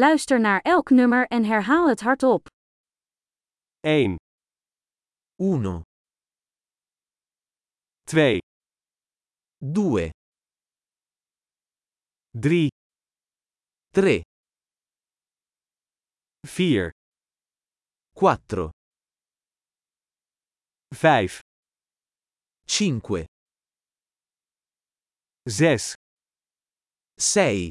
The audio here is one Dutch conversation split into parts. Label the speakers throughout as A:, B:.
A: Luister naar elk nummer en herhaal het hardop.
B: 1,
C: 1,
B: 2,
C: 2,
B: 3,
C: 3,
B: 4,
C: 4,
B: 5,
C: 5,
B: 6,
C: 6,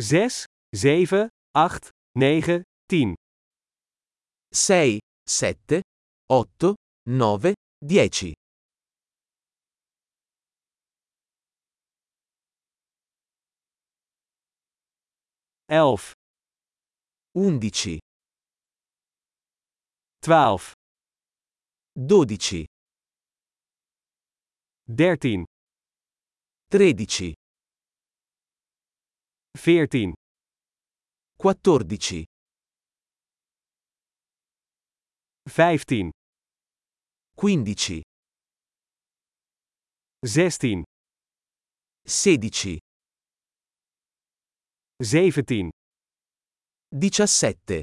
B: 6, 7, 8, 9, 10,
C: 6, 7, 8, 9, 10,
B: 11,
C: 11,
B: 12,
C: 12,
B: 13,
C: 13,
B: 14,
C: 14,
B: 15,
C: 15,
B: 16,
C: 16,
B: 17,
C: 17,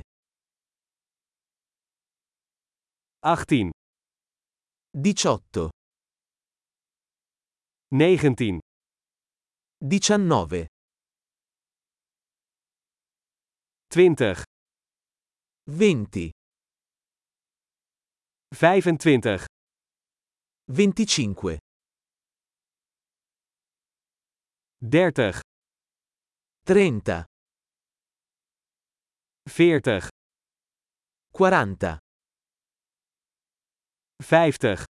B: 18,
C: 18,
B: 19,
C: 19,
B: 20,
C: 20,
B: 25,
C: 25,
B: 30,
C: 30,
B: 40,
C: 40,
B: 50,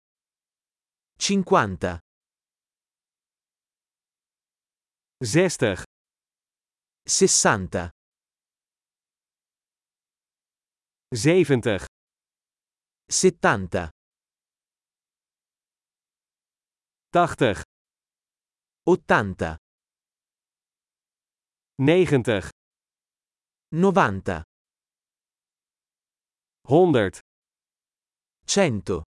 C: 50,
B: 60,
C: 60,
B: 70,
C: 70,
B: 80,
C: 80,
B: 90,
C: 90,
B: 100,
C: 100,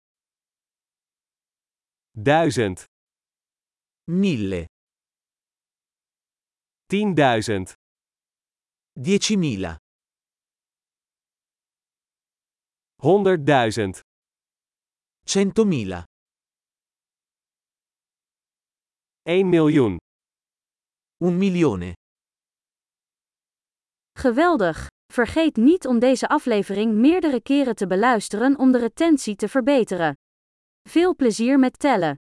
B: 1000,
C: 1000,
B: 10.000,
C: 10.000,
B: 100.000, 1
C: 100.000,
B: miljoen.
C: 1 milione.
A: Geweldig! Vergeet niet om deze aflevering meerdere keren te beluisteren om de retentie te verbeteren. Veel plezier met tellen!